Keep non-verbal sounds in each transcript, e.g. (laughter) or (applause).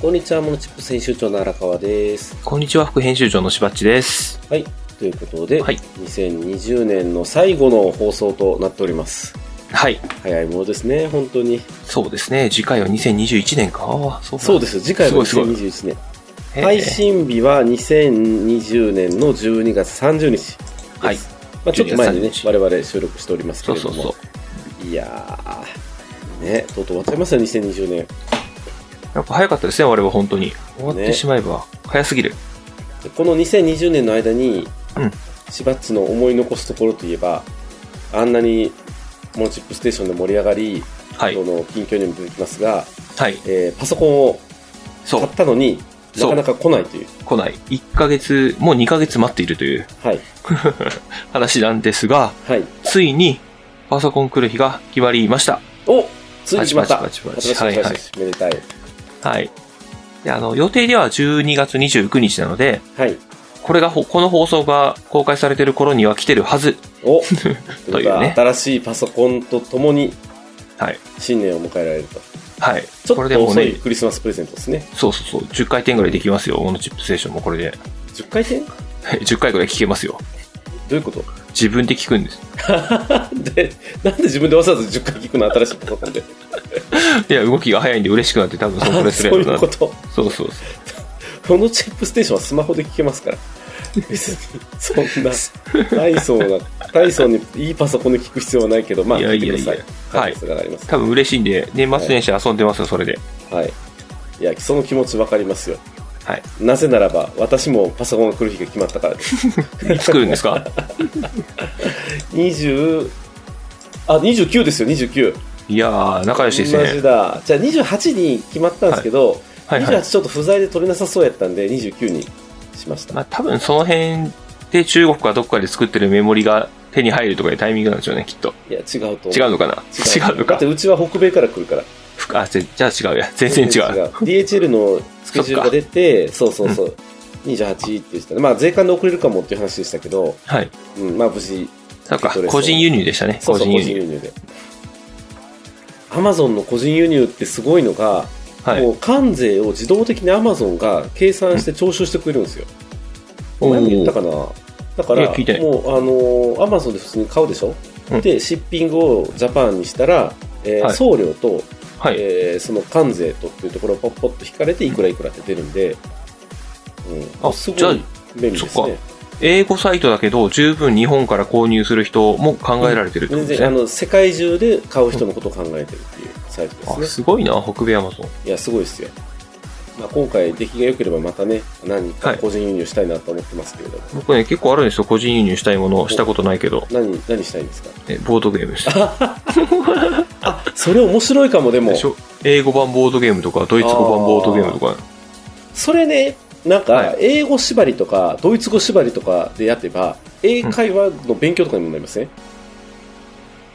こんにちは、モノチップ編集長の荒川です。こんにちは、副編集長のしばっちです。はい。ということで、はい2020年の最後の放送となっております。はい。早いものですね、本当に。そうですね。次回は2021年か。ああ、そう。そうですす、次回はすごいす2021年。へえ配信日は2020年の12月30日です。はい。まあ、ちょっと前にね12、月我々収録しておりますけそうれどそも。うそう。いやー、ね、とうとう終わっちゃいましたね、2020年。やっぱ早かったですね、我々は本当に。終わっねてしまえば、早すぎる。でこの2020年の間に、うんしばっちの思い残すところといえば、あんなに、モノチップステーションで盛り上がり、はいそ。の近況にも出てきますが、はい。えーパソコンをそ買うっ。たのになそうかなか来ないという来ない。1ヶ月、もう2ヶ月待っているという (laughs) はい話なんですが、はいついに、パソコン来る日が決まりました。おついにしまったパチパ新チパチしいはいはい新しいめでたいはい。で、あの、予定では12月29日なので、はいこれがほ、この放送が公開されている頃には来てるはず。おと (laughs) といいううことねは新しいパソコンとともにはい。新年を迎えられるとはい。ちこょっれでともう遅ねいクリスマスプレゼントですねそうそうそう。10回転ぐらいできますよ。モノチップステーションもこれで。 (laughs) 10回転どはい10回ぐらい聞けますよ。ういうこと (laughs) 自分で聞くんです。でなんで自分でわざわざ10回聞くの新しいパソコンでいや、動きが早いんで嬉しくなって多分そのくらいすそるうやいろうなこ。とそうそうそう。このチップステーションはスマホで聞けますから。別に、そんな、大層な、大層にいいパソコンで聞く必要はないけど、まあ、いや聞いいてやくいやださい。はい可能性があります。多分嬉しいんで、年末年始遊んでますよ、それで。はい。いや、その気持ちわかりますよ。はい。なぜならば、私もパソコンが来る日が決まったからです。作るんで (laughs) すか20、あ、29ですよ、29。いやー、仲良しです同じね。だ。じゃあ28に決まったんですけど、はいはい28。ちょっと不在で取れなさそうやったんで、29にしました。まあ多分その辺で中国かどっかで作ってるメモリが手に入るとかいうタイミングなんでしょうね、きっと。いや、違うと思違うのかな違うのだかって、うちは北米から来るから。ふあ、ぜじゃあ違うや。全然違う。 (laughs) DHL のスケジュールが出て、そうそうそう。28って言ってたね。まあ、税関で遅れるかもっていう話でしたけど、はい。うん、まあ、無事、そう受かけ取れそう、個人輸入でしたね。そうそ個う人個輸人入。輸入で。アマゾンの個人輸入ってすごいのが、はい。もう関税を自動的にアマゾンが計算して徴収してくれるんですよ。うん前も言ったかな。だかいら、や聞いてないもう、あのー、アマゾンで普通に買うでしょ、うんで、シッピングをジャパンにしたら、えーはい送料とはい。えーその関税とっていうところをポッポッと引かれていくらいくらって出るんで、うん、あすごじゃあい便利ですそっねか。英語サイトだけど、十分日本から購入する人も考えられてるってこ全とです然あね。の世界中で買う人のことを考えてるっていうサイトあ、ですね。すごいな、北米アマゾン。いや、すごいですよ。まあ、今回、出来が良ければまたね、何かはい個人輸入したいなと思ってますけれども、僕ね、結構あるんですよ。個人輸入したいもの、したことないけど。何、何したいんですかえボードゲームです。あ、それ面白いかも、でもで。しょ英語版ボードゲームとか、ドイツ語版ボードゲームとか。それね、なんはかい、英語縛りとか、ドイツ語縛りとかでやってば、英会話の勉強とかにもなりません、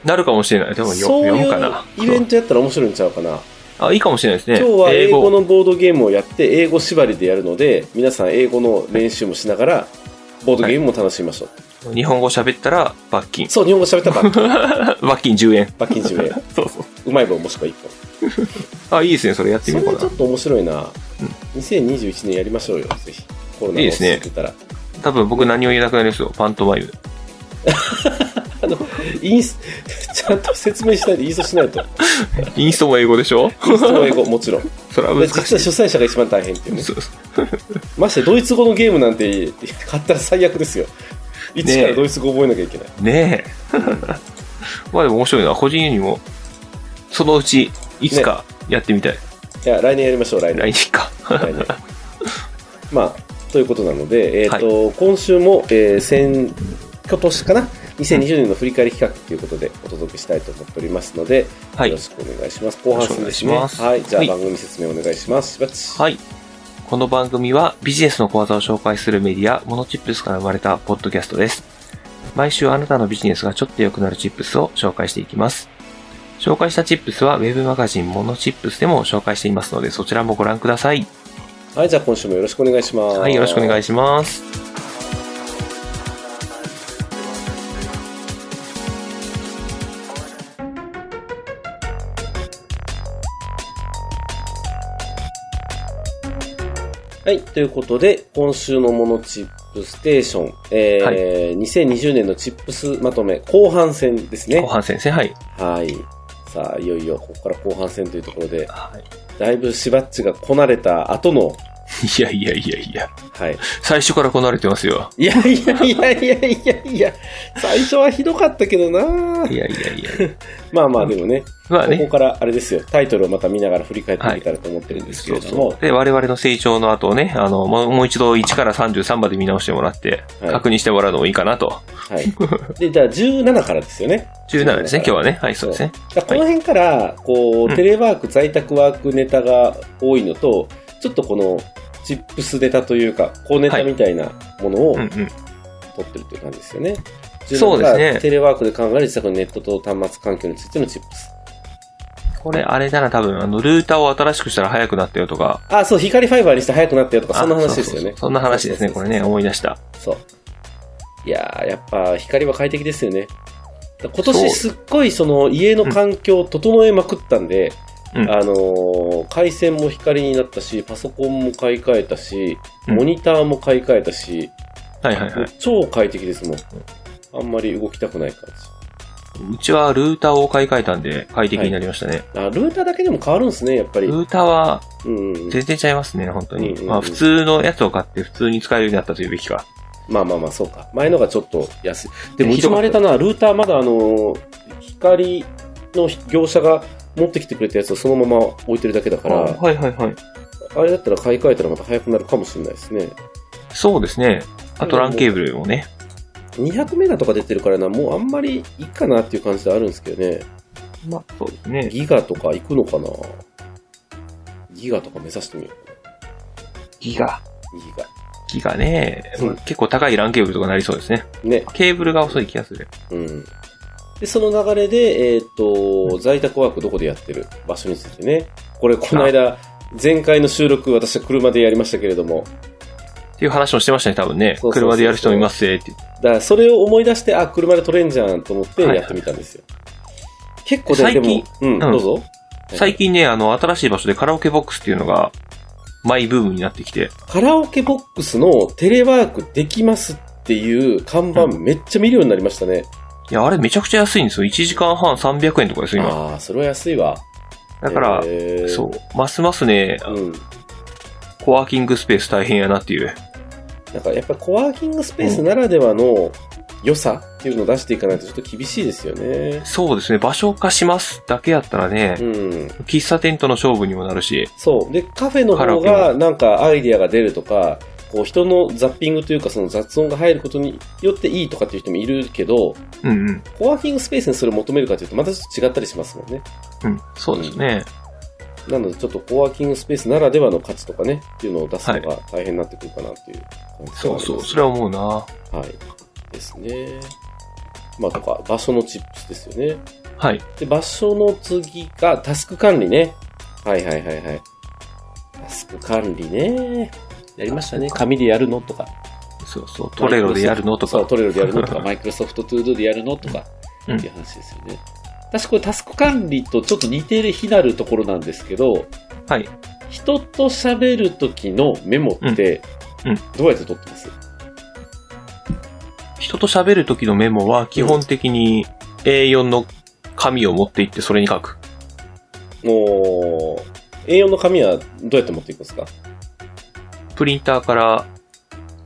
なるかもしれない。でもよそう読いむかうな。イベントやったら面白いんちゃうかな。あ、いいかもしれないですね。今日は英語のボードゲームをやって英語縛りでやるので皆さん英語の練習もしながらボードゲームも楽しみましょう、日本語喋ったら罰金。そう日本語喋った (laughs) ら罰金罰金10円。罰金10円そうそう。うまい棒もしくは1本 (laughs) あ、いいですね。それやってみようそれかちょなっ。と面白いな、2021年やりましょうよぜひコロナいいが落ですちね着いてたら、 (laughs) 多分僕何を言えなくなりますよ。パントマイム。あのインス (laughs) ちゃんと説明しないでインストし (laughs) ないとインストも英語でしょインストも英語もちろんでそれは (laughs) 難し実は主催者が一番大変っていうい。ねそうそうましてドイツ語のゲームなんて買ったら最悪ですよ一からドイツ語覚えなきゃいけない、ねえ。 (laughs) まあでも面白いな。個人輸入も、そのうち、いつかやってみたい。いや来年やりましょう来年来年か。はいね (laughs) まあ、ということなので、えーと今週も、えー先今年かな2020年の振り返り企画ということでお届けしたいと思っておりますので、 (laughs) はいよろしくお願いします。後半戦ですね。よろしくおは願いい、しますじゃあはい番組説明お願いします。しばっちはい。この番組はビジネスの講座を紹介するメディア、モノチップスから生まれたポッドキャストです。毎週あなたのビジネスがちょっと良くなるチップスを紹介していきます。紹介したチップスはウェブマガジンモノチップスでも紹介していますので、そちらもご覧ください。はい、じゃあ今週もよろしくお願いします。はい、よろしくお願いします。はい、ということで、今週のモノチップステーション、えーはい2020年のチップスまとめ後半戦ですね後。半戦ですね。はい。はい。さあ、いよいよ、ここから後半戦というところで、はいだいぶしばっちがこなれた後の、いやいやいやいや。はい。最初からこなれてますよ。いやいやいやいやいやいや、最初はひどかったけどないやいやいや。まあまあ、でもね、まあここね。からあれですよ、タイトルをまた見ながら振り返っていけたらと思ってるんですけれども、で、我々の成長の後をね、あの、もうもう一度1から33まで見直してもらって、はい確認してもらうのもいいかなと。はい。で、じゃあ17からですよね。 17ですね、今日はね。はい、そうですね。だからこの辺から、こう、うんテレワーク、在宅ワークネタが多いのと、ちょっとこの、チップスネタというか、高ネタみたいなものをうんうん。取ってるという感じですよね。そうですね17テレワークで考える自宅のネットと端末環境についてのチップス。これ、あれだな、多分、あの、ルーターを新しくしたら早くなったよとか。あ、そう、光ファイバーにして早くなったよとか、そんなあ話ですよそうそうねそう。そんな話ですね、これね、思い出した。そう。いやー、やっぱ光は快適ですよね。だ今そう年すっごいその家の環境を整えまくったんで、うんあのー回線も光になったし、パソコンも買い替えたし、うんモニターも買い替えたし、はいはいはい。超快適ですもん。あんまり動きたくない感じ。うちはルーターを買い替えたんで、快適になりましたね。あ、ルーターだけでも変わるんですね、やっぱり。うんルーターは、うんうん。全然ちゃいますね、本当にうんうん。うんまあ、普通のやつを買って、普通に使えるようになったというべきか。まあまあまあ、そうか。前のがちょっと安い。でも、うひちどもかあったれだな、ルーターまだあの、光の業者が持ってきてくれたやつをそのまま置いてるだけだから、はいはいはい。あれだったら買い替えたらまた早くなるかもしれないですね。そうですね。あと、ランケーブルもね。 200メガとか出てるからな、もうあんまりいいかなっていう感じであるんですけどね。まあ、そうですね。ギガとか行くのかなギガとか目指してみようかギガ。な。ギガ。ギガねうん。結構高いランケーブルとかなりそうですね。ね。ケーブルが遅い気がする。うん。で、その流れで、えーっ、と、在宅ワークどこでやってる場所についてね。これ、この間、前回の収録、私は車でやりましたけれども、っていう話もしてましたね、多分ねそうそう。そうそう車でやる人もいますぜ、って。だからそれを思い出して、あ、車で撮れんじゃんと思ってはいやってみたんですよ。結構ね、最で近も、うん、うんどうぞ。最近ね、あの、新しい場所でカラオケボックスっていうのが、マイブームになってきて。カラオケボックスのテレワークできますっていう看板めっちゃ見るようになりましたね。いや、あれめちゃくちゃ安いんですよ。1時間半300円とかですよ、今。ああ、それは安いわ。だから、へーそう、ますますね、うん。コワーキングスペース大変やなっていう。なんかやっぱりコワーキングスペースならではの良さっていうのを出していかないとちょっと厳しいですよね。そうですね、場所化しますだけやったらねう、ん。喫茶店との勝負にもなるし、そう。で、カフェのカラ方オケもがなんかアイディアが出るとか、こう人のザッピングというかその雑音が入ることによっていいとかっていう人もいるけど、うんうん、コワーキングスペースにそれを求めるかというとまたちょっと違ったりしますもんね。うん、そうですね。なのでちょっとコワーキングスペースならではの価値とかね、っていうのを出すのが大変になってくるかなっていう感じそうそう、それれは思うな。は。はい。ですね。まあとか、場所のチップスですよね。はい。で、場所の次がタスク管理ね。はいはいはいはい。タスク管理ね。やりましたね。紙でやるのとか。そうそう、トレロでやるのとそう、か。トレロでやるのとか、マイクロソフトトゥードでやるのとか、ってうんいう話ですよね。私これタスク管理とちょっと似てる非なるところなんですけど、はい。人と喋る時のメモってうんうん、どうやって取ってます、人と喋る時のメモは基本的に A4 の紙を持って行ってそれに書く。もう、A4 の紙はどうやって持っていくんですかプリンターから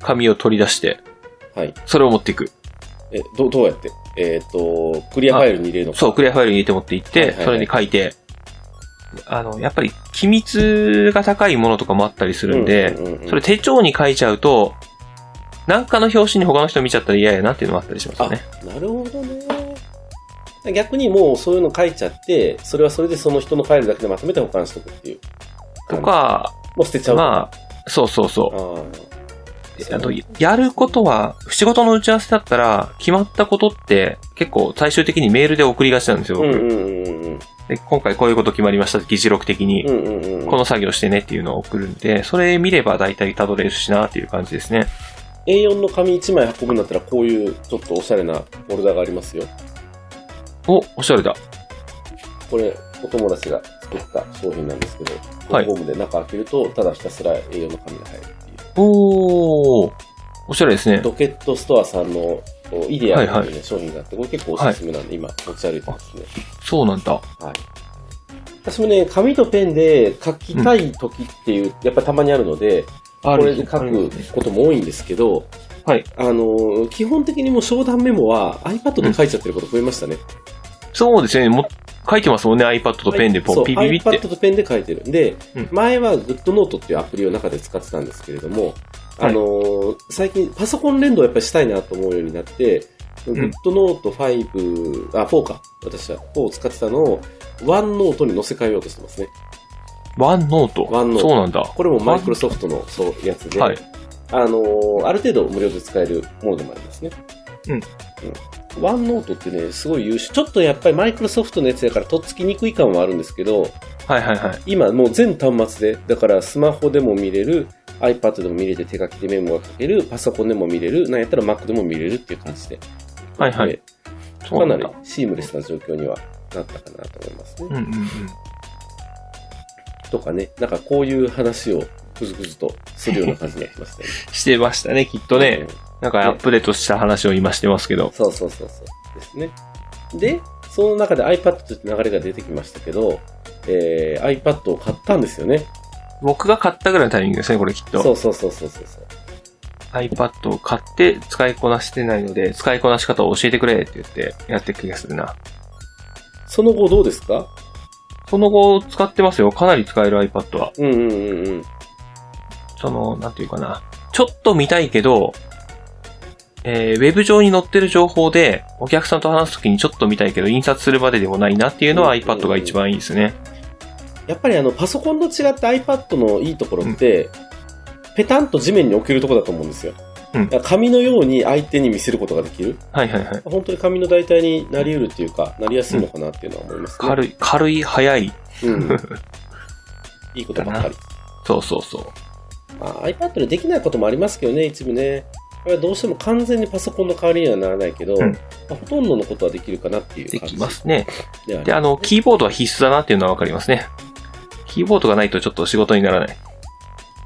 紙を取り出して、はい。それを持っていく。え、ど、どうやってえっ、と、クリアファイルに入れるのか。そう、クリアファイルに入れて持って行っはいはていは、いそれに書いて、あの、やっぱり機密が高いものとかもあったりするんで、うんうんうんうんそれ手帳に書いちゃうと、なんかの表紙に他の人見ちゃったら嫌やなっていうのもあったりしますよね。なるほどね。逆にもうそういうの書いちゃって、それはそれでその人のファイルだけでまとめて保管しとくっていう。とか、もう捨てちゃう。まあ、そうそうあそーう。あと、やることは、仕事の打ち合わせだったら、決まったことって、結構最終的にメールで送りがちなんですよ、う僕んうんうんうん。で今回こういうこと決まりましたって議事録的にう、んうんうん。この作業してねっていうのを送るんで、それ見れば大体辿れるしなっていう感じですね。 A4 の紙1枚運ぶんだったら、こういうちょっとおしゃれなフォルダがありますよ。お、おしゃれだ。これ、お友達が作った商品なんですけど、はいゴムで中開けると、ただひたすら栄養の紙が入るっていう。おー、おしゃれですね。ロケットストアさんのおイデアはっいていうね商品があって、これ結構おすすめなんで、今持ち歩いてますね。そうなんだ。はい。私もね、紙とペンで書きたい時っていう、やっぱりたまにあるので、あこれで書くことも多いんですけど、はい。あのー、基本的にもう商談メモは iPad で書いちゃってること増えましたね。そうですね。も書いてますもんね。iPad とペンでポそうン、ピピピっ iPad て。とペンで書いてる。で、うん前は GoodNote っていうアプリを中で使ってたんですけれども、はいあのー最近パソコン連動やっぱりしたいなと思うようになって、ん GoodNote5、あ、4か。私は4を使ってたのを OneNote に載せ替えようとしてますね。ワンノート。 OneNote そうなんだ。これもマイクロソフトのそうやつで、はい。あのーある程度無料で使えるものでもありますね。うんうん。ワンノートってね、すごい優秀。ちょっとやっぱりマイクロソフトのやつだからとっつきにくい感はあるんですけど、はいはいはい。今もう全端末で、だからスマホでも見れる、iPad でも見れて手書きでメモが書ける、パソコンでも見れる、なんやったら Mac でも見れるっていう感じで。はいはいでそかうななんりだ。シームレスな状況にはなったかなと思いますね。うんうんうん。とかね、なんかこういう話をぐずぐずとするような感じになってましたね。してましたね、きっとね。うんなんかアップデートした話を今してますけど。そうそうそうそう。ですね。で、その中で iPad という流れが出てきましたけど、えー、iPad を買ったんですよね。僕が買ったぐらいのタイミングですね、これきっと。そうそうそうそうそうそう。 iPad を買って使いこなしてないので、使いこなし方を教えてくれって言ってやってる気がするな。その後どうですかその後使ってますよ。かなり使える iPad は。うんうんうんうん。その、なんていうかな。ちょっと見たいけど、えー、ウェブ上に載ってる情報で、お客さんと話すときにちょっと見たいけど、印刷するまででもないなっていうのはうん iPad が一番いいですね。やっぱりあの、パソコンと違って iPad のいいところって、ペタンと地面に置けるところだと思うんですよ。うんだから紙のように相手に見せることができる。はいはいはい。本当に紙の代替になり得るっていうか、なりやすいのかなっていうのは思いますね。軽い、軽い、早い。うん。いいことばっかり。そうそうそう。まあ、iPad でできないこともありますけどね、一部ね。これはどうしても完全にパソコンの代わりにはならないけど、うんまあほとんどのことはできるかなっていうで感じきますね。でありで、あの、キーボードは必須だなっていうのはわかりますね。キーボードがないとちょっと仕事にならない。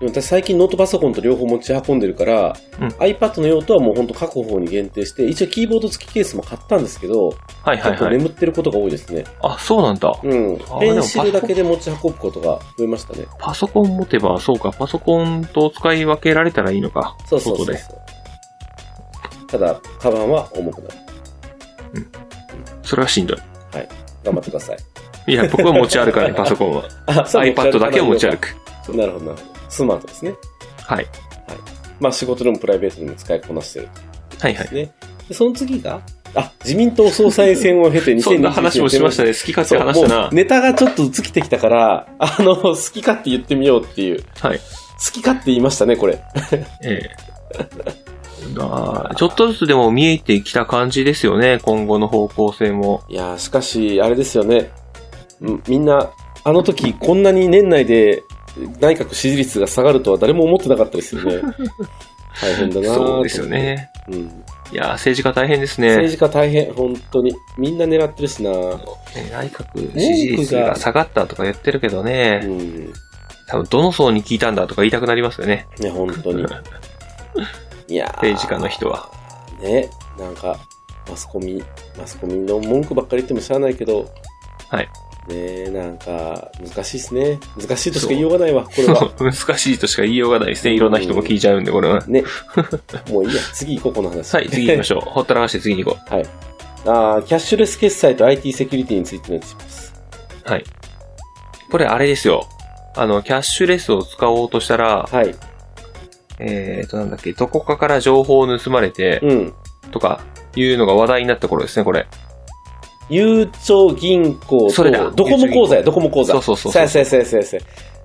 でも私最近ノートパソコンと両方持ち運んでるから、うん iPad の用途はもうほんと確保に限定して、一応キーボード付きケースも買ったんですけど、はいはい結構はい。眠ってることが多いですね。あ、そうなんだ。うん。ペンシルだけで持ち運ぶことが増えましたね。パソコン持てば、そうか、パソコンと使い分けられたらいいのか。そうそうそう外そうで。ただ、カバンは重くなる。それはしんどい。頑張ってください。いや、僕は持ち歩かな (laughs) い、パソコンは。あそう iPad だけを持ち歩く。く。なるほど、なるほど。スマートですね。はい。まあ仕事でもプライベートでも使いこなしてるんはいはでいす。ね。で、その次が、あ、自民党総裁選を経て2021年。 (laughs) そんな話もしましたね。好き勝手話したそうもなう。ネタがちょっと尽きてきたから、あの、好き勝手言ってみようっていう。はい。好き勝手言いましたね、これ。ええ。あーちょっとずつでも見えてきた感じですよね。今後の方向性も。いやー、しかし、あれですよね。んみんな、あの時、こんなに年内で内閣支持率が下がるとは誰も思ってなかったですよ (laughs) ね。大変だなーとそうですよ。ね。うん。いやー、政治家大変ですね。政治家大変、本当に。みんな狙ってるしなーね内閣支持率が下がったとか言ってるけどうね、ん。多分どの層に聞いたんだとか言いたくなりますよね。ね、本 (laughs) 当に。いやー政治家の人は。ね、なんか、マスコミ、マスコミの文句ばっかり言ってもしゃあないけど、はい。ねなんか、難しいですね。難しいとしか言いようがないわ、これは。難しいとしか言いようがないですね。いろんな人も聞いちゃうんで、これは。ね。もういいや、次行こう、この話。はい、次行き (laughs) ましょう。ほったらかして次に行こはい。あーキャッシュレス決済と IT セキュリティについてのチップス。う。はい。これあれですよ。あの、キャッシュレスを使おうとしたら、はい。えーと、なんだっけ、どこかから情報を盗まれて、うん。とか、いうのが話題になった頃ですね、これ。ゆうちょ銀行それだと、ドコモ口座や、ドコモ口座。そうそうそうさやさやさやさやさや。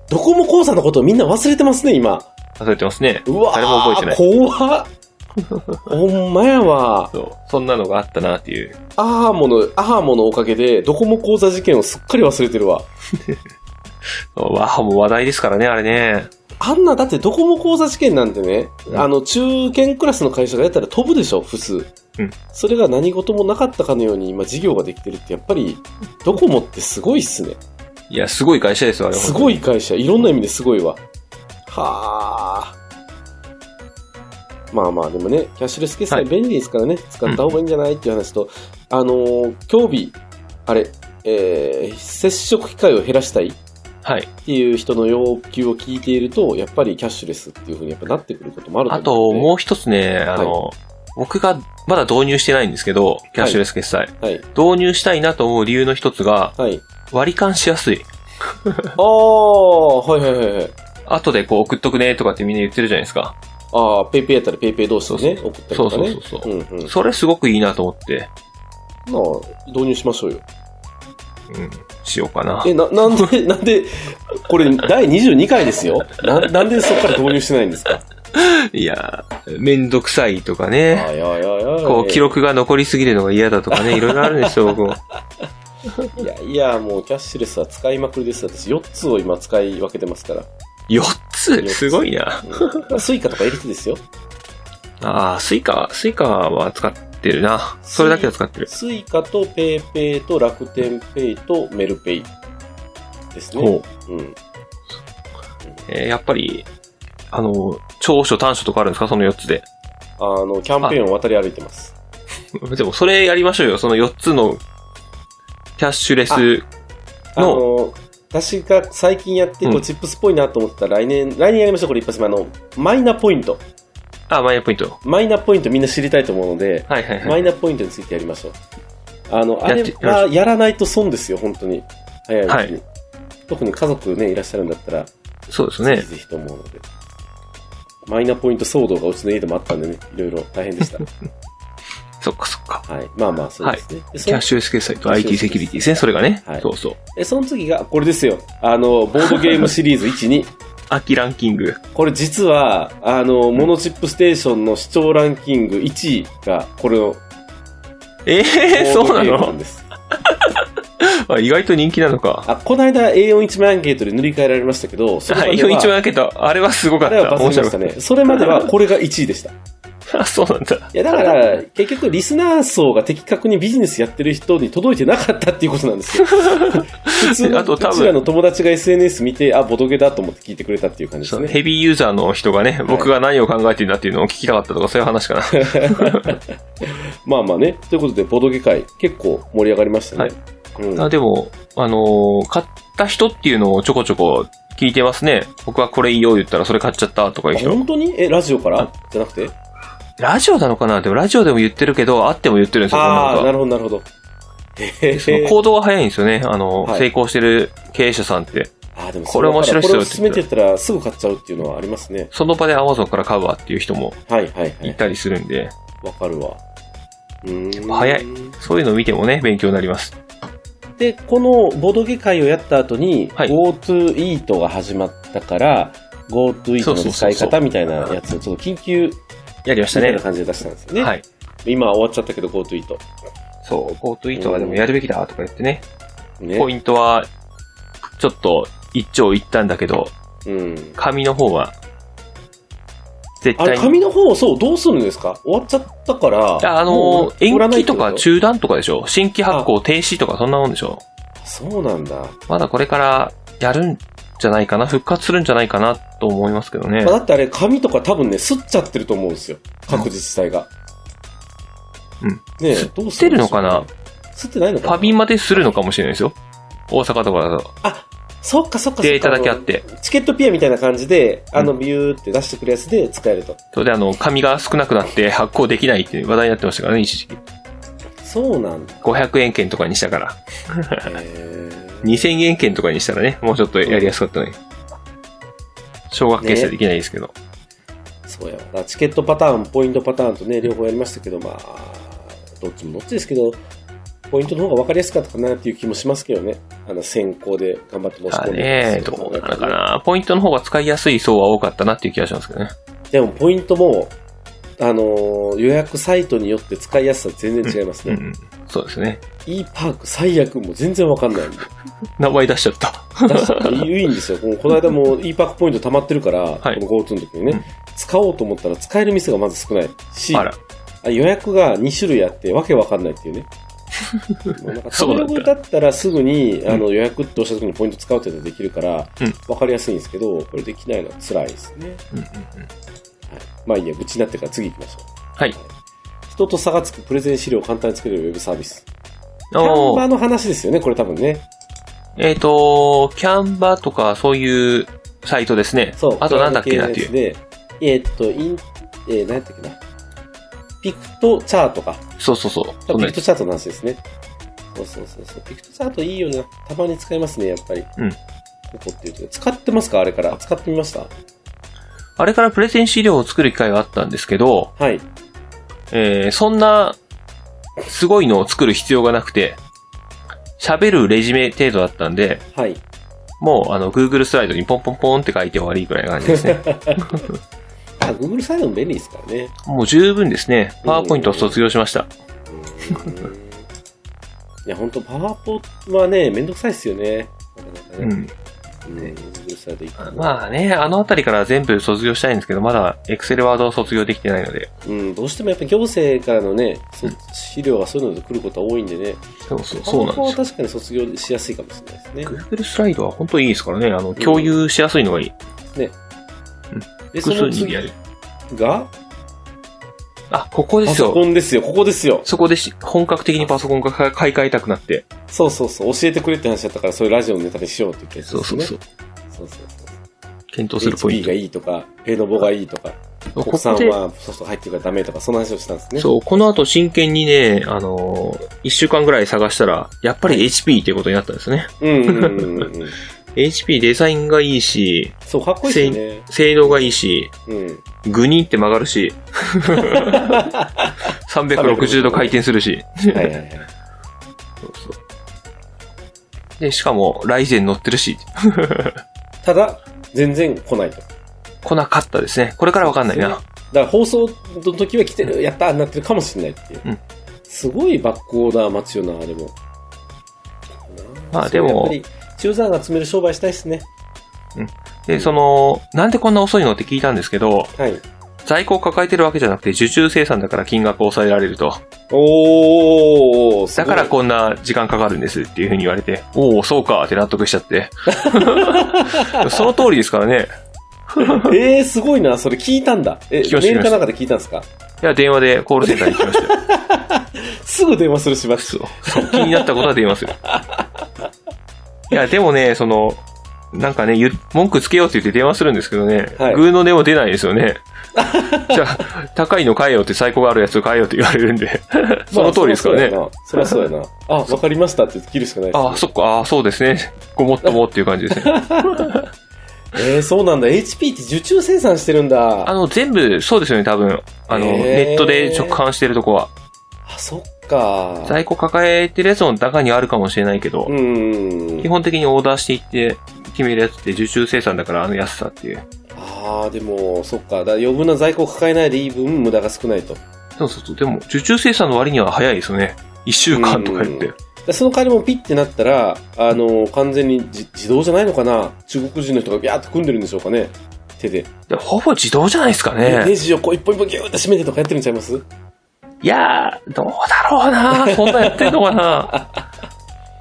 ドコモ口座のことをみんな忘れてますね、今。忘れてますね。うわー誰も覚えてない怖っ。 (laughs) ほんまやわ。そう。そんなのがあったなっていう。アハモの、アハモのおかげで、ドコモ口座事件をすっかり忘れてるわ。そうわあ、もう話題ですからね、あれね。あんな、だってドコモ口座事件なんてね、うんあの、中堅クラスの会社がやったら飛ぶでしょ、普通。うんそれが何事もなかったかのように今事業ができてるって、やっぱり、ドコモってすごいっすね。いや、すごい会社ですよ、あれは。すごい会社。いろんな意味ですごいわ。はあ。まあまあ、でもね、キャッシュレス決は済い便利ですからね、使った方がいいんじゃないっていう話と、あのー、競技、あれ、えー、接触機会を減らしたいっはい。ていう人の要求を聞いていると、やっぱりキャッシュレスっていうふうにやっぱなってくることもあるあ思と、んでもう一つね、あの、僕がまだ導入してないんですけど、キャッシュレス決済。はい。導入したいなと思う理由の一つが、 (laughs) はい。割り勘しやすい。ああ、はいはいはいはい。後でこう送っとくねとかってみんな言ってるじゃないですか。ああ、ペイペイやったらペイペイ同士でね、送ったりそとうかそうねそ。うそうう。んうん。それすごくいいなと思って、まあ、導入しましょうよ。うん、しようかな。え、な、なん (laughs) で、なんで、これ第22回ですよ。な、なんでそこから導入してないんです (laughs) かいやー、めんどくさいとかあいね。やいやいやこう、記。録が残りすぎるのが嫌だと (laughs) かね、いろいろあるんですよ、僕も。いやいや、もうキャッシュレスは使いまくりです。私4つを今使い分けてますから。 4四つつすごいな。うんスイカとか入れて (laughs) ですよ。ああ、スイカ、スイカは使ってるな。それだけは使ってる。スイカとペイペイと楽天ペイとメルペイですね。ほう。うん。えーやっぱり、あの、長所短所とかあるんですかその4つで。あの、キャンペーンを渡り歩いてます。でも、それやりましょうよ。その4つの、キャッシュレス、あの、私が最近やって、こううんチップスっぽいなと思ってたら、来年、来年やりましょう、これ一発目。あの、マイナポイント。あ、マイナポイント。マイナポイントみんな知りたいと思うので、はいはいは (laughs) マい。イナポイントについてやりましょう。あの、あやれってはやらないと損ですよ、本当に。早いうちに。はい特に家族ね、いらっしゃるんだったら、そうですぜねひ。ぜひと思うので。マイナポイント騒動がうちの家でもあったんでね、いろいろ大変 (laughs) でした。そっかそっか。はい。まあまあ、そうですね。でそキャッシュレス決済と IT セキュリティですね。それがね。はいそうそう。えその次が、これですよ。あの、ボードゲームシリーズ1、2。 (laughs) 秋ランキング。これ実は、あの、モノチップステーションの視聴ランキング1位が、これの、えボー、そーうドなゲームなんのです。あ意外と人気なのか。あ、この間 A41 枚アンケートで塗り替えられましたけど、それまはい、で一は、応だけど、あれはすごかあっれはた。バズ面りま白した (laughs) かっね。それまではこれが1位でした。いた。あ、そうなんだ。や、だから、結局リスナー層が的確にビジネスやってる人に届いてなかったっていうことなんです (laughs) よ。普通の、あと多分うちらの友達が SNS 見て、あ、ボトゲだと思って聞いてくれたっていう感じでそすうね。ヘビーユーザーの人がね、僕が何を考えてるんだっていうのを聞きたかったとか、そういう話かな。まあまあね。ということで、ボトゲ会、結構盛り上がりましたね。はいうんあでも、あのー買った人っていうのをちょこちょこ聞いてますね。僕はこれいいよ言ったらそれ買っちゃったとかいう人。本当にえ、ラジオからあじゃなくてラジオなのかなでもラジオでも言ってるけど、あっても言ってるんですよ、こんなあのあ、がなるほど、な (laughs) るほど。へへその行動が早いんですよね。あの、はい成功してる経営者さんって。あーでもこれ面白いっすこれよを進めてったらすぐ買っちゃうっていうのはありますね。その場で Amazon から買うわっていう人もはいはいはいい。たりするんで、わかるわ。うーん早い。そういうのを見てもね、勉強になります。で、このボドゲ会をやった後に、はい GoTo Eat が始まったから、GoTo そ Eat うそうのそう使い方みたいなやつをちょっと緊急みやりましたたいねな。感じで出したんですよね。はい。今は終わっちゃったけど GoTo Eat。そう、GoTo トはでもやるべきだとか言ってね。ね。ポイントは、ちょっと一長一短だけど、うん。紙の方は、絶あ対れ、に紙の方、そう、どうするんですか終わっちゃったから。ああものう、売ら延ないっ期てとことか中断とかでしょ新規発行停止とかそんなもんでしょそうなんだ。まだこれからやるんじゃないかな復活するんじゃないかなと思いますけどねまあ。だってあれ、紙とか多分ね、吸っちゃってると思うんですよ。各自治体が。うん。ねえ吸どうするんでしょうねってるのかな吸ってないのフかなァビマでするのかもしれないですよ。大阪とかだと。あ、そっかそっかそっか。データだけあって。チケットピアみたいな感じで、うんあの、ビューって出してくるやつで使えると。それであの、紙が少なくなって発行できないっていう話題になってましたからね、一時期。そうなんだ。 500円券とかにしたから。へー2000円券とかにしたらね、もうちょっとやりやすかったのに。小学決済できないですけど。そうやわ。だからチケットパターン、ポイントパターンとね、両方やりましたけど、まあ、どっちもどっちですけど、ポイントの方が分かりやすかったかなっていう気もしますけどね。あの、先行で頑張って申しあ込んで。ねどうなのかな。ポイントの方が使いやすい層は多かったなっていう気がしますけどね。でも、ポイントも、あのー予約サイトによって使いやすさ全然違いますうんうね。ん。そうですね。 e パーク最悪もう全然わかんないんで。名前出しちゃった。出していいんですよ。もうこの間も e パークポイント溜まってるから、はいこの GoTo の時にね、うん使おうと思ったら使える店がまず少ないし、あら。 (laughs) 予約が2種類あってわけわかんないっていうね。もうなんかそ食べうだったログだったらすぐにんあの予約って押した時にポイント使うっていうのはできるから、うんわかりやすいんですけど、これできないのは辛いですね。うんうんうんはい、まあいいや、愚痴になってから次行きましょう。はい。人と差がつくプレゼン資料を簡単に作れるウェブサービス。キャンおバーーの話ですよね、これ多分ね。えっ、と、キャンバとかそういうサイトですね。そう。あとなんだっけなっていう。で、えーっと、イン、えー、何やったっけな。ピクトチャートか。そうそうそう。多そ分ピんなクやトつチャートの話ですね。そうそうそうそう。ピクトチャートいいよな。たまに使いますね、やっぱり。うんここっていうと使ってますかあれから。使ってみましたあれからプレゼン資料を作る機会があったんですけど、はい。えー、そんな、すごいのを作る必要がなくて、喋るレジュメ程度だったんで、はい。もう、あの、Google スライドにポンポンポンって書いて終わりぐらいな感じです (laughs) ね。あ、Google サイドも便利ですからね。もう十分ですね。パワーポイントを卒業しました。うーんいや、ほんと、パワーポはね、めんどくさいっすよね。なかなかね。うん。うん。Google サイドいいかなまあね、あのあたりから全部卒業したいんですけど、まだ Excel ワードを卒業できてないので。うん、どうしてもやっぱ行政からのね、そうん資料がそういうので来ることは多いんでね、そうそう、そうなんですここはよ。確かに卒業しやすいかもしれないですね。 Google スライドは本当にいいですからね。あの、共有しやすいのがいい。で、そ複数の人次でやる。が、あ、ここでパすソよ。コンですよ、ここですよ。そこでし本格的にパソコンが買い替えたくなって。そうそうそう、教えてくれって話だったから、そういうラジオのネタにしようって言って、ね、そうそうそう。そうそうそう。検討するポイ HP ントが。いいとか、ペノボがいいとか、こ国こ産で、はソフト入ってるからダメとか、その話をしたんですね。そう、この後真剣にね、あのー、一週間ぐらい探したら、やっぱり HP っていうことになったんですね。うんうんうんうんうん。 HP デザインがいいし、そう、かっこいいですよね。性能がいいし、うん。グニーって曲が (laughs) るし、360度回転するし。はいはいはい。そうそうで、しかも、ライゼン乗ってるし、ただ、全然来ないと。来なかったですね。これからわかんないそうなで。だから放送の時は来てる、やったーなってるかもしれないっていう。うんすごいバックオーダー待ちよな、でも。まあそれでもやっぱり、中山が集める商売したいですね。で、その、なんでこんな遅いのって聞いたんですけど、はい。在庫を抱えてるわけじゃなくて、受注生産だから金額を抑えられると。おー、すごだいからこんな時間かかるんですっていうふうに言われて、おお、そうかって納得しちゃって。 (laughs) その通りですからね。 (laughs) えー、すごいな、それ聞いたんだ。え、メ聞きましたールかなんかで聞いたんですかいや、電話でコールセンターに行きましたよすぐ電話するしばそう。そう気になったことは出ま (laughs) すよ。いや、でもね、その、なんかね、ゆ文句つけようって言って電話するんですけどね、はいグーの音も出ないですよね。じゃあ、高いの買えよって最高があるやつを買えよって言われるんで、 (laughs) (laughs) その通りですからね。。まあそりゃそうやな。そりゃ (laughs) そうやな。あ、わかりましたって切るしかないですねああ、そっか、ああ、そうですね。ごもっともっていう感じで (laughs) すね。えー、そうなんだ。HP って受注生産してるんだ。あの、全部、そうですよね、多分。あの、へーネットで直販してるとこは。あ、そっか。在庫抱えてるやつの中にあるかもしれないけど、うんうんうん。基本的にオーダーしていって決めるやつって受注生産だからあの安さっていう。ああ、でも、そっか。だから余分な在庫を抱えないでいい分、無駄が少ないと。そうそうそう。でも、受注生産の割には早いですよね。一週間とか言っうてん。でその代わりもピッてなったら、あの、完全にじ自動じゃないのかな中国人の人がビャーっと組んでるんでしょうかね手で。でほぼ自動じゃないですかネね。ジをこう一本一本ギューって締めてとかやってるんちゃいますいやー、どうだろうなそんなやってんのかな (laughs)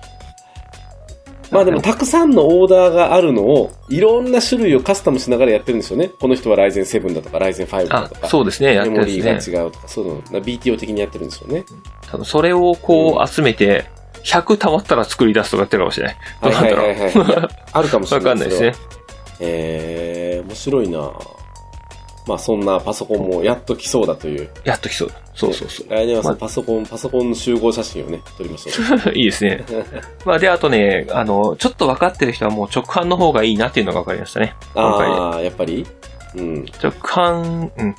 まあでも、たくさんのオーダーがあるのを、いろんな種類をカスタムしながらやってるんですよね。この人は Ryzen 7だとか Ryzen 5だあと、か。そうですね、やっメてモるリーんがですね。違うとか、そういうの、BTO 的にやってるんですよね。多分それをこう集めて、100溜まったら作り出すとかやってるかもしれない。どうなんだろはう。いはいはいはいいやあるかもしれ (laughs) わなかいんそないですれはね。えー、面白いなまあそんなパソコンもやっと来そうだという。やっときそう。そうそう (laughs) そう。来年はそのまパソコン、パソコンの集合写真をね、撮りましょう。いいで (laughs) すね。まあ、で、あとね、あの、ちょっと分かってる人はもう直販の方がいいなっていうのが分かりましたね。 (laughs) 今回ああ、やっぱりうん。直販、うん。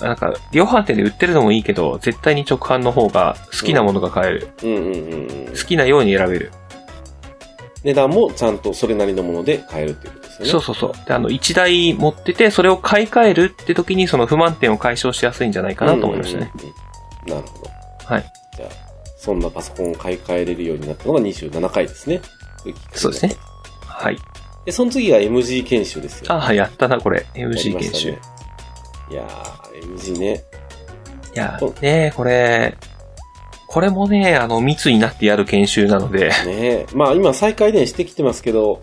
なんか、量販店で売ってるのもいいけど、絶対に直販の方が好きなものが買える。うんうんうんうん。好きなように選べる。値段もちゃんとそれなりのもので買えるっていうことですよね。そうそうそう。で、あの、1台持ってて、それを買い替えるって時に、その不満点を解消しやすいんじゃないかなと思いましたね。うんうんうん。なるほど。はい。じゃあ、そんなパソコンを買い替えれるようになったのが27回ですね。そうですね。はい。で、その次が MG 研修ですよ。ああ、やったな、これ。やり MG まし研た修。ね。いやー、MG ね。いやお、ねえこれ、これもね、あの、密になってやる研修なので、ねえまあ今再開電してきてますけど、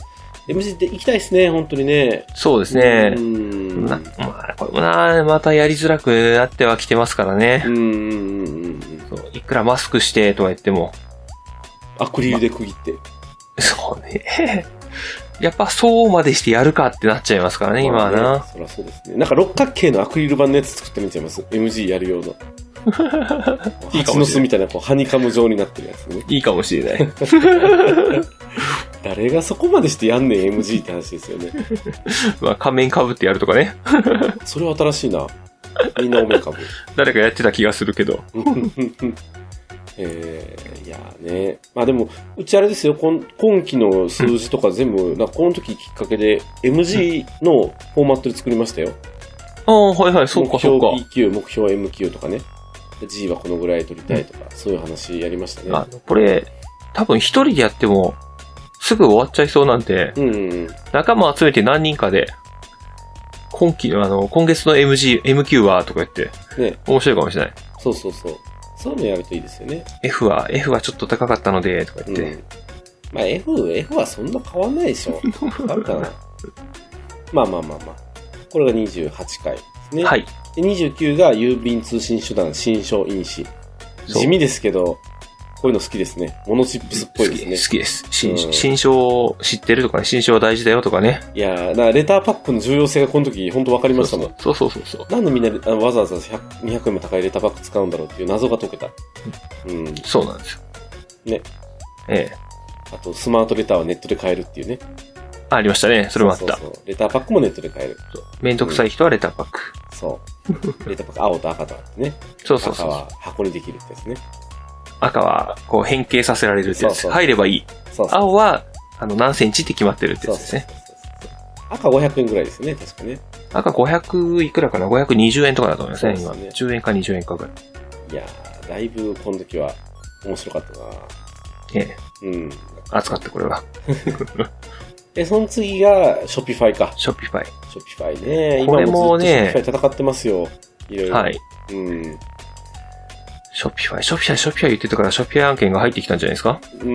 MC って行きたいですね、本当にね。そうですねう。ん。なまあ、これもな、またやりづらくなってはきてますからねう。んうんうんうん。そういくらマスクしてとは言っても、アクリルで区切って。そうね。 (laughs) やっぱそうまでしてやるかってなっちゃいますからね、今はまあねな。そりゃそうですね。なんか六角形のアクリル板のやつ作ってみちゃいます。MG やる (laughs) 用の。いい蜂かものし巣れないみたいな、こう、ハニカム状になってるやつね。いいかもしれない。誰がそこまでしてやんねん、MG って話ですよね。 (laughs) まあ、仮面被ってやるとかね。それは新しいな。みんなおめかぶ。誰かやってた気がするけど。 (laughs) えー、いやーね。まあでも、うちあれですよ、今今期の数字とか全部、なんかこの時きっかけで MG のフォーマットで作りましたよ。ああ、はいはい、そうか目そ標うか。 PQ、目標 MQ とかね。G はこのぐらい取りたいとか、そういう話やりましたね。あのこれ、多分一人でやっても、すぐ終わっちゃいそうなんで、うんうんうん。仲間集めて何人かで、今期の、あの、今月の MG、MQ は、とか言って、ね、面白いかもしれない。そうそうそう。そういうのやるといいですよね。 F は、F はちょっと高かったので、とかう言って。ん。まあ F、F はそんな変わんないでし (laughs) ょ。変わるかな。まあまあまあまあ。これが28回ですね。はい。で29が郵便通信手段新商印紙。そう地味ですけど、こういうの好きですね。モノチップスっぽいですね。好きです。新、うん新章を知ってるとかね、新章は大事だよとかね。いやー、だからレターパックの重要性がこの時本当分かりましたもん。そうそうそうそう。なんでみんなあのわざわざ100 200円も高いレターパック使うんだろうっていう謎が解けた。うん。そうなんですよ。ね。ええ。あと、スマートレターはネットで買えるっていうね。ありましたね。それもあっそた。うそうそうレターパックもネットで買える。めんどくさい人はレターパック。 (laughs) そう。レターパック、青と赤とあってね。そうそうそう赤。は箱にできるってやつね。赤は、こう変形させられるってやそうつ。そう入ればいい。そうそう。青は、あの、何センチって決まってるってそうやつでそうすそうね。そう。赤500円ぐらいですね、確かね。赤500いくらかな ?520 円とかだと思いますね、そ今。うです10円か20円かぐらい。いやー、だいぶこの時は面白かったなええ。うん。熱かった、これは。え、その次が、ショッピファイか。ショッピファショッピファイね。これも今もねずっとショッピファイ戦ってますよ。いろいイ。ろ。はい。うん。ショッピファイ、ショッピファイ、ショッピファイ言ってたから、ショッピファイ案件が入ってきたんじゃないですかう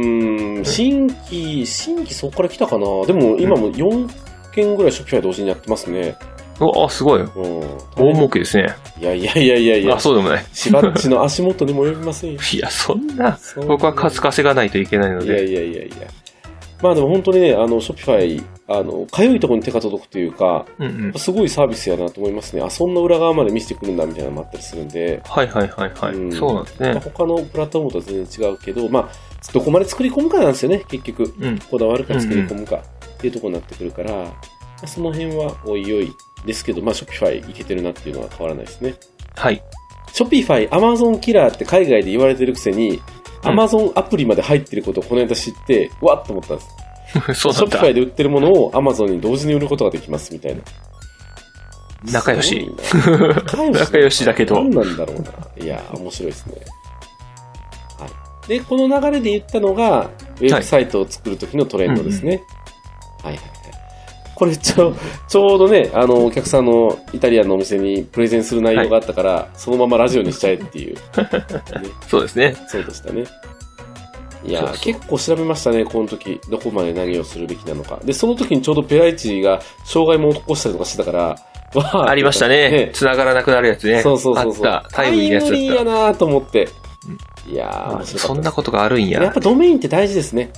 ん、新規、新規そこから来たかなでも今も4件ぐらいショッピファイ同時にやってますね。お、あ、すごい。うん。大儲けですね。いやいやいやいやいやあ、。そうでもない。しばっちの足元にも及びませんよ。いや、そんな、そう (laughs) 僕は数稼がないといけないのいやで。いやいやいや。まあでも本当にね、あの、ショッピファイ、あの、かゆいところに手が届くというか、うんうん。すごいサービスやなと思いますね。あ、そんな裏側まで見せてくるんだみたいなのもあったりするんで、はいはいはいはうんい。そうなんですまあね。他のプラットフォームとは全然違うけど、まあ、どこまで作り込むかなんですよね、結局。うん。こだわるか作り込むかっていうところになってくるから、まあその辺はおいおいですけど、まあ、ショピファイいけてるなっていうのは変わらないですね。はい。 (laughs) ショピファイ、アマゾンキラーって海外で言われてるくせに、うんアマゾンアプリまで入ってることをこの間知って、うわっと思ったんです。そうショなんピだファ。イで売ってるものをアマゾンに同時に売ることができますみたいな。仲良し。すごいな。仲良し (laughs) 仲良しだけど何なんだろうな。いや、面白いですね。はい。で、この流れで言ったのが、ウェブサイトを作る時のトレンドですね。はい、はい、はい。これちょ、 (laughs) ちょうどね、あの、お客さんのイタリアンのお店にプレゼンする内容があったから、そのままラジオにしちゃえっていう。ね、そうですね。そうでしたね。いやーそうそう結構調べましたね、この時。どこまで投げをするべきなのか。で、その時にちょうどペライチが障害も起こしたりとかしてたから、 (laughs) わーありましたね。繋がらなくなるやつね。そうそうそうそう。あった。タイムリーなやつタイムリーだやっなーと思って。いやー、た。面あ白かったそんなことがあるんやっやぱ。ドメインって大事ですね。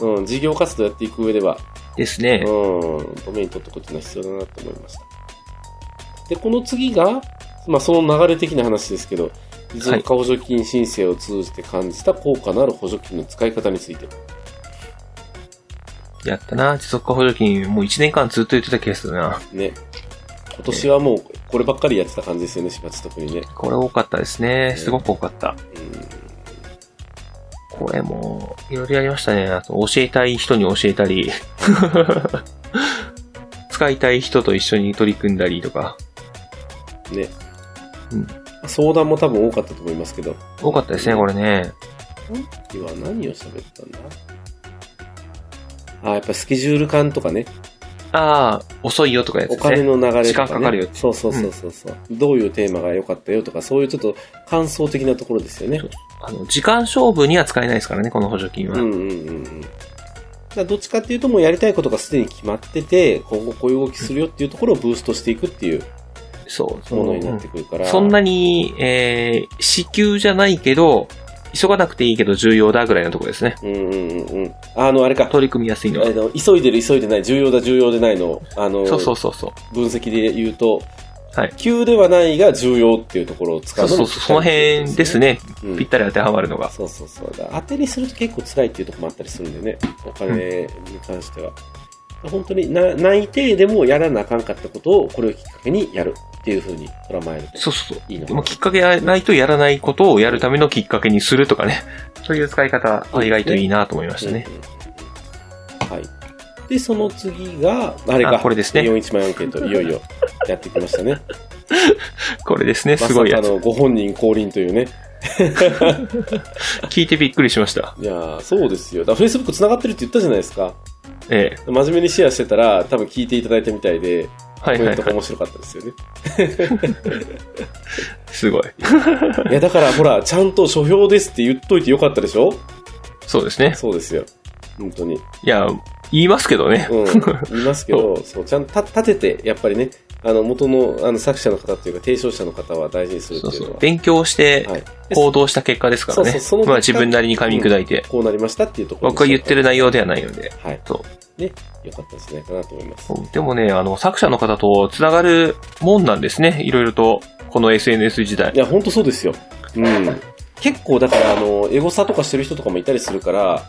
うん。うん、事業活動やっていく上では、ですうん、ね。ドメイン取っておくっていうのは必要だなと思いました。で、この次が、まあ、その流れ的な話ですけど、持続化補助金申請を通じて感じた効果のある補助金の使い方について。やったな。持続化補助金、もう1年間ずっと言ってたケースだな。ね。今年はもう、こればっかりやってた感じですよね、しばち特にね。これ多かったですね。すごく多かった。うん。これも、いろいろやりましたね。あと、教えたい人に教えたり。 (laughs) 使いたい人と一緒に取り組んだりとか、ね。うん相談も多分多かったと思いますけど、多かったですね、これね。今は何を喋ったんだあーやっぱスケジュール感とかね、ああ、遅いよとかやつおですね金。の流れとか、ね、時間かかるよそうそうそうそうそう、どういうテーマが良かったよとか、そういうちょっと感想的なところですよね。あの、時間勝負には使えないですからね、この補助金は。うんうんうんうん。だからどっちかっていうともうやりたいことがすでに決まってて、今後こういう動きするよっていうところをブーストしていくっていうそう、そもののになってくるから。そんなに、えー、支給じゃないけど、急がなくていいけど重要だぐらいのところですね。うんうんうんうん。あの、あれか。取り組みやすいあのは。の急いでる急いでない、重要だ重要でないの、あの、そうそうそうそう。分析で言うと、はい急ではないが重要っていうところを使そううのにそうそう、その辺です。ね。うんぴったり当てはまるのが。そうそうそう。だから当てにすると結構辛いっていうところもあったりするんでね。お金に関しては。本当にな内定でもやらなあかんかったことをこれをきっかけにやるっていうふうに捉えるとそうそういいのそかなう。まあ、きっかけがないとやらないことをやるためのきっかけにするとかね。そういう使い方は意外といいなと思いましたね。うんはい。で、その次が、あれか。あこれですね41万アンケート、いよいよやってきましたね。これ (laughs) ですね、ますさごいやかつ。のご本人降臨というね。聞いてびっくりしました。いやーそうですよ。だから Facebook 繋がってるって言ったじゃないですか。ええ。真面目にシェアしてたら、多分聞いていただいたみたいで、はいコはメンいトがはい。面白かったですよね。すごい。いや、だからほら、ちゃんと書評ですって言っといてよかったでしょそうですね。そうですよ。本当に。いや、言いますけどね。うん。言いますけど、そう、ちゃんと立立てて、やっぱりね、あの、元の、あの、作者の方というか、提唱者の方は大事にするそっうていうそのうは。。勉強してはい。で行動した結果ですからそうねそうその。結果まあ自分なりに噛み砕いて。こうなりましたっていうところ僕が言ってる内容。容ではないので。はい。そね、よかったんじゃないかなと思います。でもね、あの、作者の方と繋がるもんなんですね。いろいろと、この SNS 時代い。や、本当そうですよ。うん。結構、だから、あの、エゴサとかしてる人とかもいたりするから、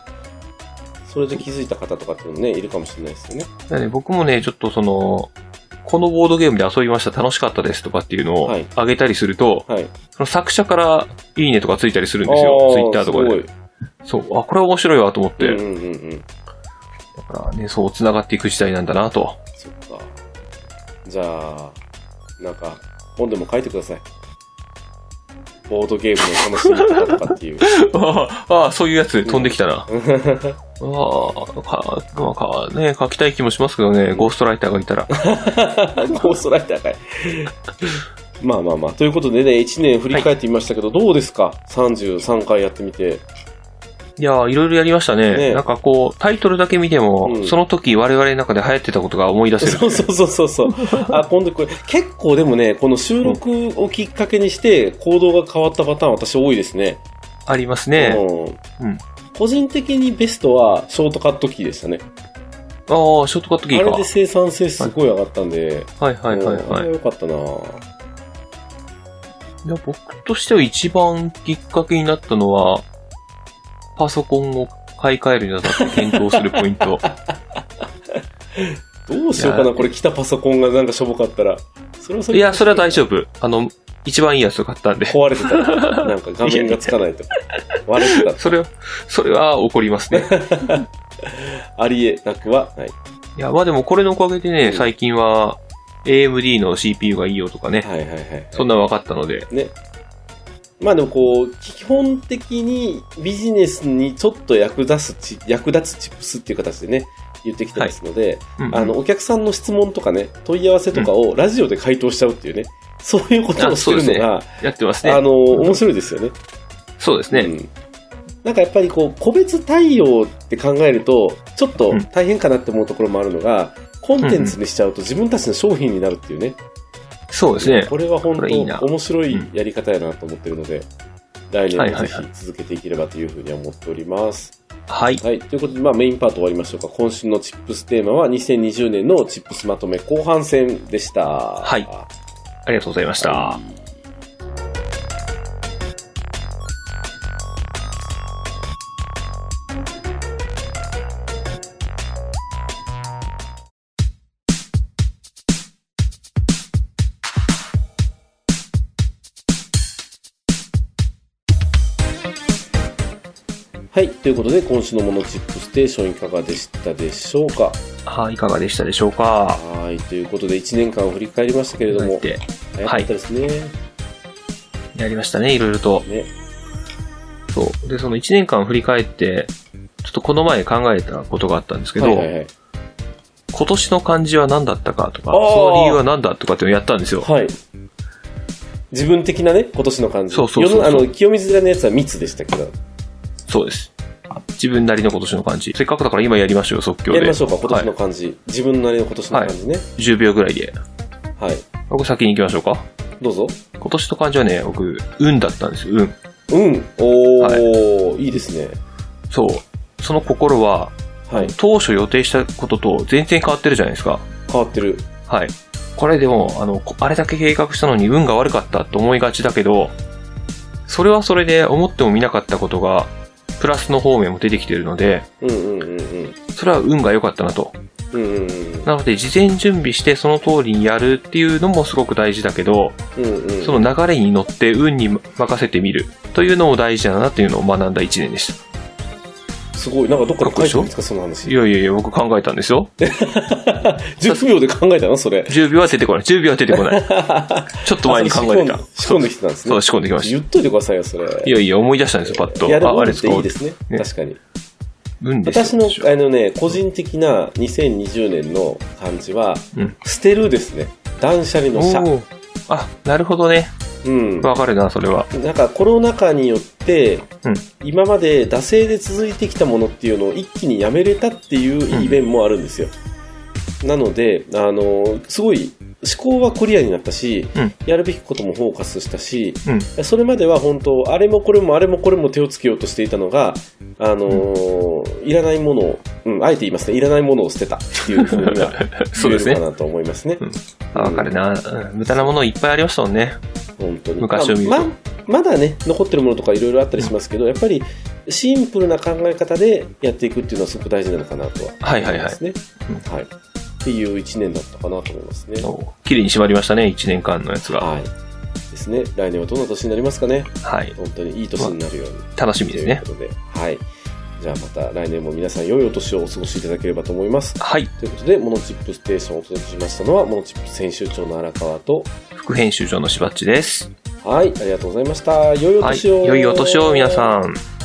それで気づいた方とかっていうのもね、いるかもしれないですよね。だからね僕もね、ちょっとその、このボードゲームで遊びました、楽しかったですとかっていうのをはいあげたりすると、はい。その作者からいいねとかついたりするんですよ。あーツイッターとかすごで。いそう。あ、これ面白いわと思って。うんうんうんうん。だからね、そう繋がっていく時代なんだ (laughs) なと。そっか。じゃあ、なんか、本でも書いてください。ボードゲームの楽しみ方とかっていう。 (laughs) あーあー、そういうやつ飛んできたな。ああ、か、まあか、ね、書きたい気もしますけどね、ゴーストライターがいたら。ゴーストライターかい。まあまあまあ。ということでね、1年振り返ってみましたけど、どうですか ?33 回やってみて。いやーいろいろやりましたね。ねなんかこう、タイトルだけ見ても、うんその時我々の中で流行ってたことが思い出せる。そうそうそうそうそう。あ、今度これ、結構でもね、この収録をきっかけにして行動が変わったパターン私多いですね。ありますね。うんうん個人的にベストはショートカットキーでしたね。ああ、ショートカットキーあかれで。生産性すごい上がったんで、はいはいはいうんあはいれ。良かったなぁいや、僕としては一番きっかけになったのは、パソコンを買い替えるにあたって検討するポイ (laughs) ント。どうしようかいな、やこれ来たパソコンがなんかしょぼかったら。それはそれいや、それは大丈夫。あの、一番いいやつを買ったん (laughs) で。壊れてたら、なんか画面がつか (laughs) ないとか。割れてたらそれは、それは怒りますね。 (laughs) ありえなくはない。いや、まあでもこれのおかげでうね、ん最近は AMD の CPU がいいよとかね、はいはいはい。そんなの分かったので、ね。まあでもこう、基本的にビジネスにちょっと役立つチ、役立つチップスっていう形でね、言ってきてますので、うんあの、お客さんの質問とかね、問い合わせとかをラジオで回答しちゃうっていうね、そういうことをあしてそうるですねのが、やってますあね。の、面白いですよね。そうですうね。ん。なんかやっぱりこう、個別対応って考えると、ちょっと大変かなって思うところもあるのが、コンテンツにしちゃうと自分たちの商品になるっていうね。そうですね。これは本これいいな当面白いやり方やなと思ってるので、来はい年はいはもいぜひ続けていければというふうには思っております。はい。はい。ということで、まあメインパート終わりましょうか。今週のチップステーマは2020年のチップスまとめ後半戦でした。はいありがとうございました。はい。ということで、今週のモノチップステーションいかがでしたでしょうかはい、いかがでしたでしょうか。はい。ということで、1年間を振り返りましたけれどなもん、て早かったですね。やりましたね、いろいろと。ね。そう。で、その1年間振り返って、ちょっとこの前考えたことがあったんですけど、はいはいはい。今年の漢字は何だったかとか、あーその理由は何だとかっていうのをやったんですよ。はい。自分的なね、今年の感じ。そうそうそうそう世のあの、清水寺のやつは密でしたけど、そうです。自分なりの今年の感じ。せっかくだから今やりましょうよ、即興で。やりましょうか、今年はの感じ。自分なりの今年の感じね。い、10秒ぐらいで。はい。僕先に行きましょうか。どうぞ。今年の感じはね、僕、運だったんですよ、運。うん。おー、い、いですね。そう。その心は、はい。当初予定したことと全然変わってるじゃないですか。変わってる。はい。これでも、あの、こあれだけ計画したのに運が悪かったと思いがちだけど、それはそれで思ってもみなかったことが、プラスの方面も出てきてるので、うんうんうんうん。それは運が良かったなと。うんうんうん。なので、事前準備してその通りにやるっていうのもすごく大事だけど、うんうん。その流れに乗って運に任せてみるというのも大事だなっていうのを学んだ一年でしすごい。なんかどっから書いてるんですか、その話た。い。やいやいや、僕考えたんですよ。 10秒で考えたのそれ。 10秒は出てこない。10秒は出てこない。ちょっと前に考えて (laughs) たあ。仕込んで仕込んできてたんですね。そう、仕込んできまし言っといてくださいよ、それ。た。いやいや、思い出したんですよ、パッと。いやでもあ、あ運れっですかていいですね。ね確かに。運ですよ私の、あのね、個人的な2020年の感じは、うん捨てるですね。断捨離の捨。おーあ、なるほどね。うん。わかるな、それは。なんかコロナ禍によって、うん今まで惰性で続いてきたものっていうのを一気にやめれたっていういい面もあるんですよ。なので、あの、すごい思考はクリアになったし、うんやるべきこともフォーカスしたし、うん。それまでは本当、あれもこれもあれもこれも手をつけようとしていたのが、あのーいらないものを、うん、あえて言いますね、いらないものを捨てたっていうふう (laughs) には (laughs) そう言えでるすかね。なと思いますね。あわかるな。うん無駄なものいっぱいありましたもんね。本当に昔を見るとまあままだね残ってるものとかいろいろあったりしますけど、やっぱりシンプルな考え方でやっていくっていうのはすごく大事なのかなとははいは思いはいいますね。はいっていう1年だったかなと思いますね。おー綺麗に締まりましたね、1年間のやつが。はいですね、来年はどんな年になりますかね、はい。本当にいい年になるように楽しみとでいすうねこ。とで、はい、じゃあまた来年も皆さん、良いお年をお過ごしいただければと思います。はい。ということで、モノチップステーションをお届けしましたのは、モノチップス編集長の荒川と、副編集長のしばっちです。はい、ありがとうございました。良いおはい。年を。良いお年を、皆さん。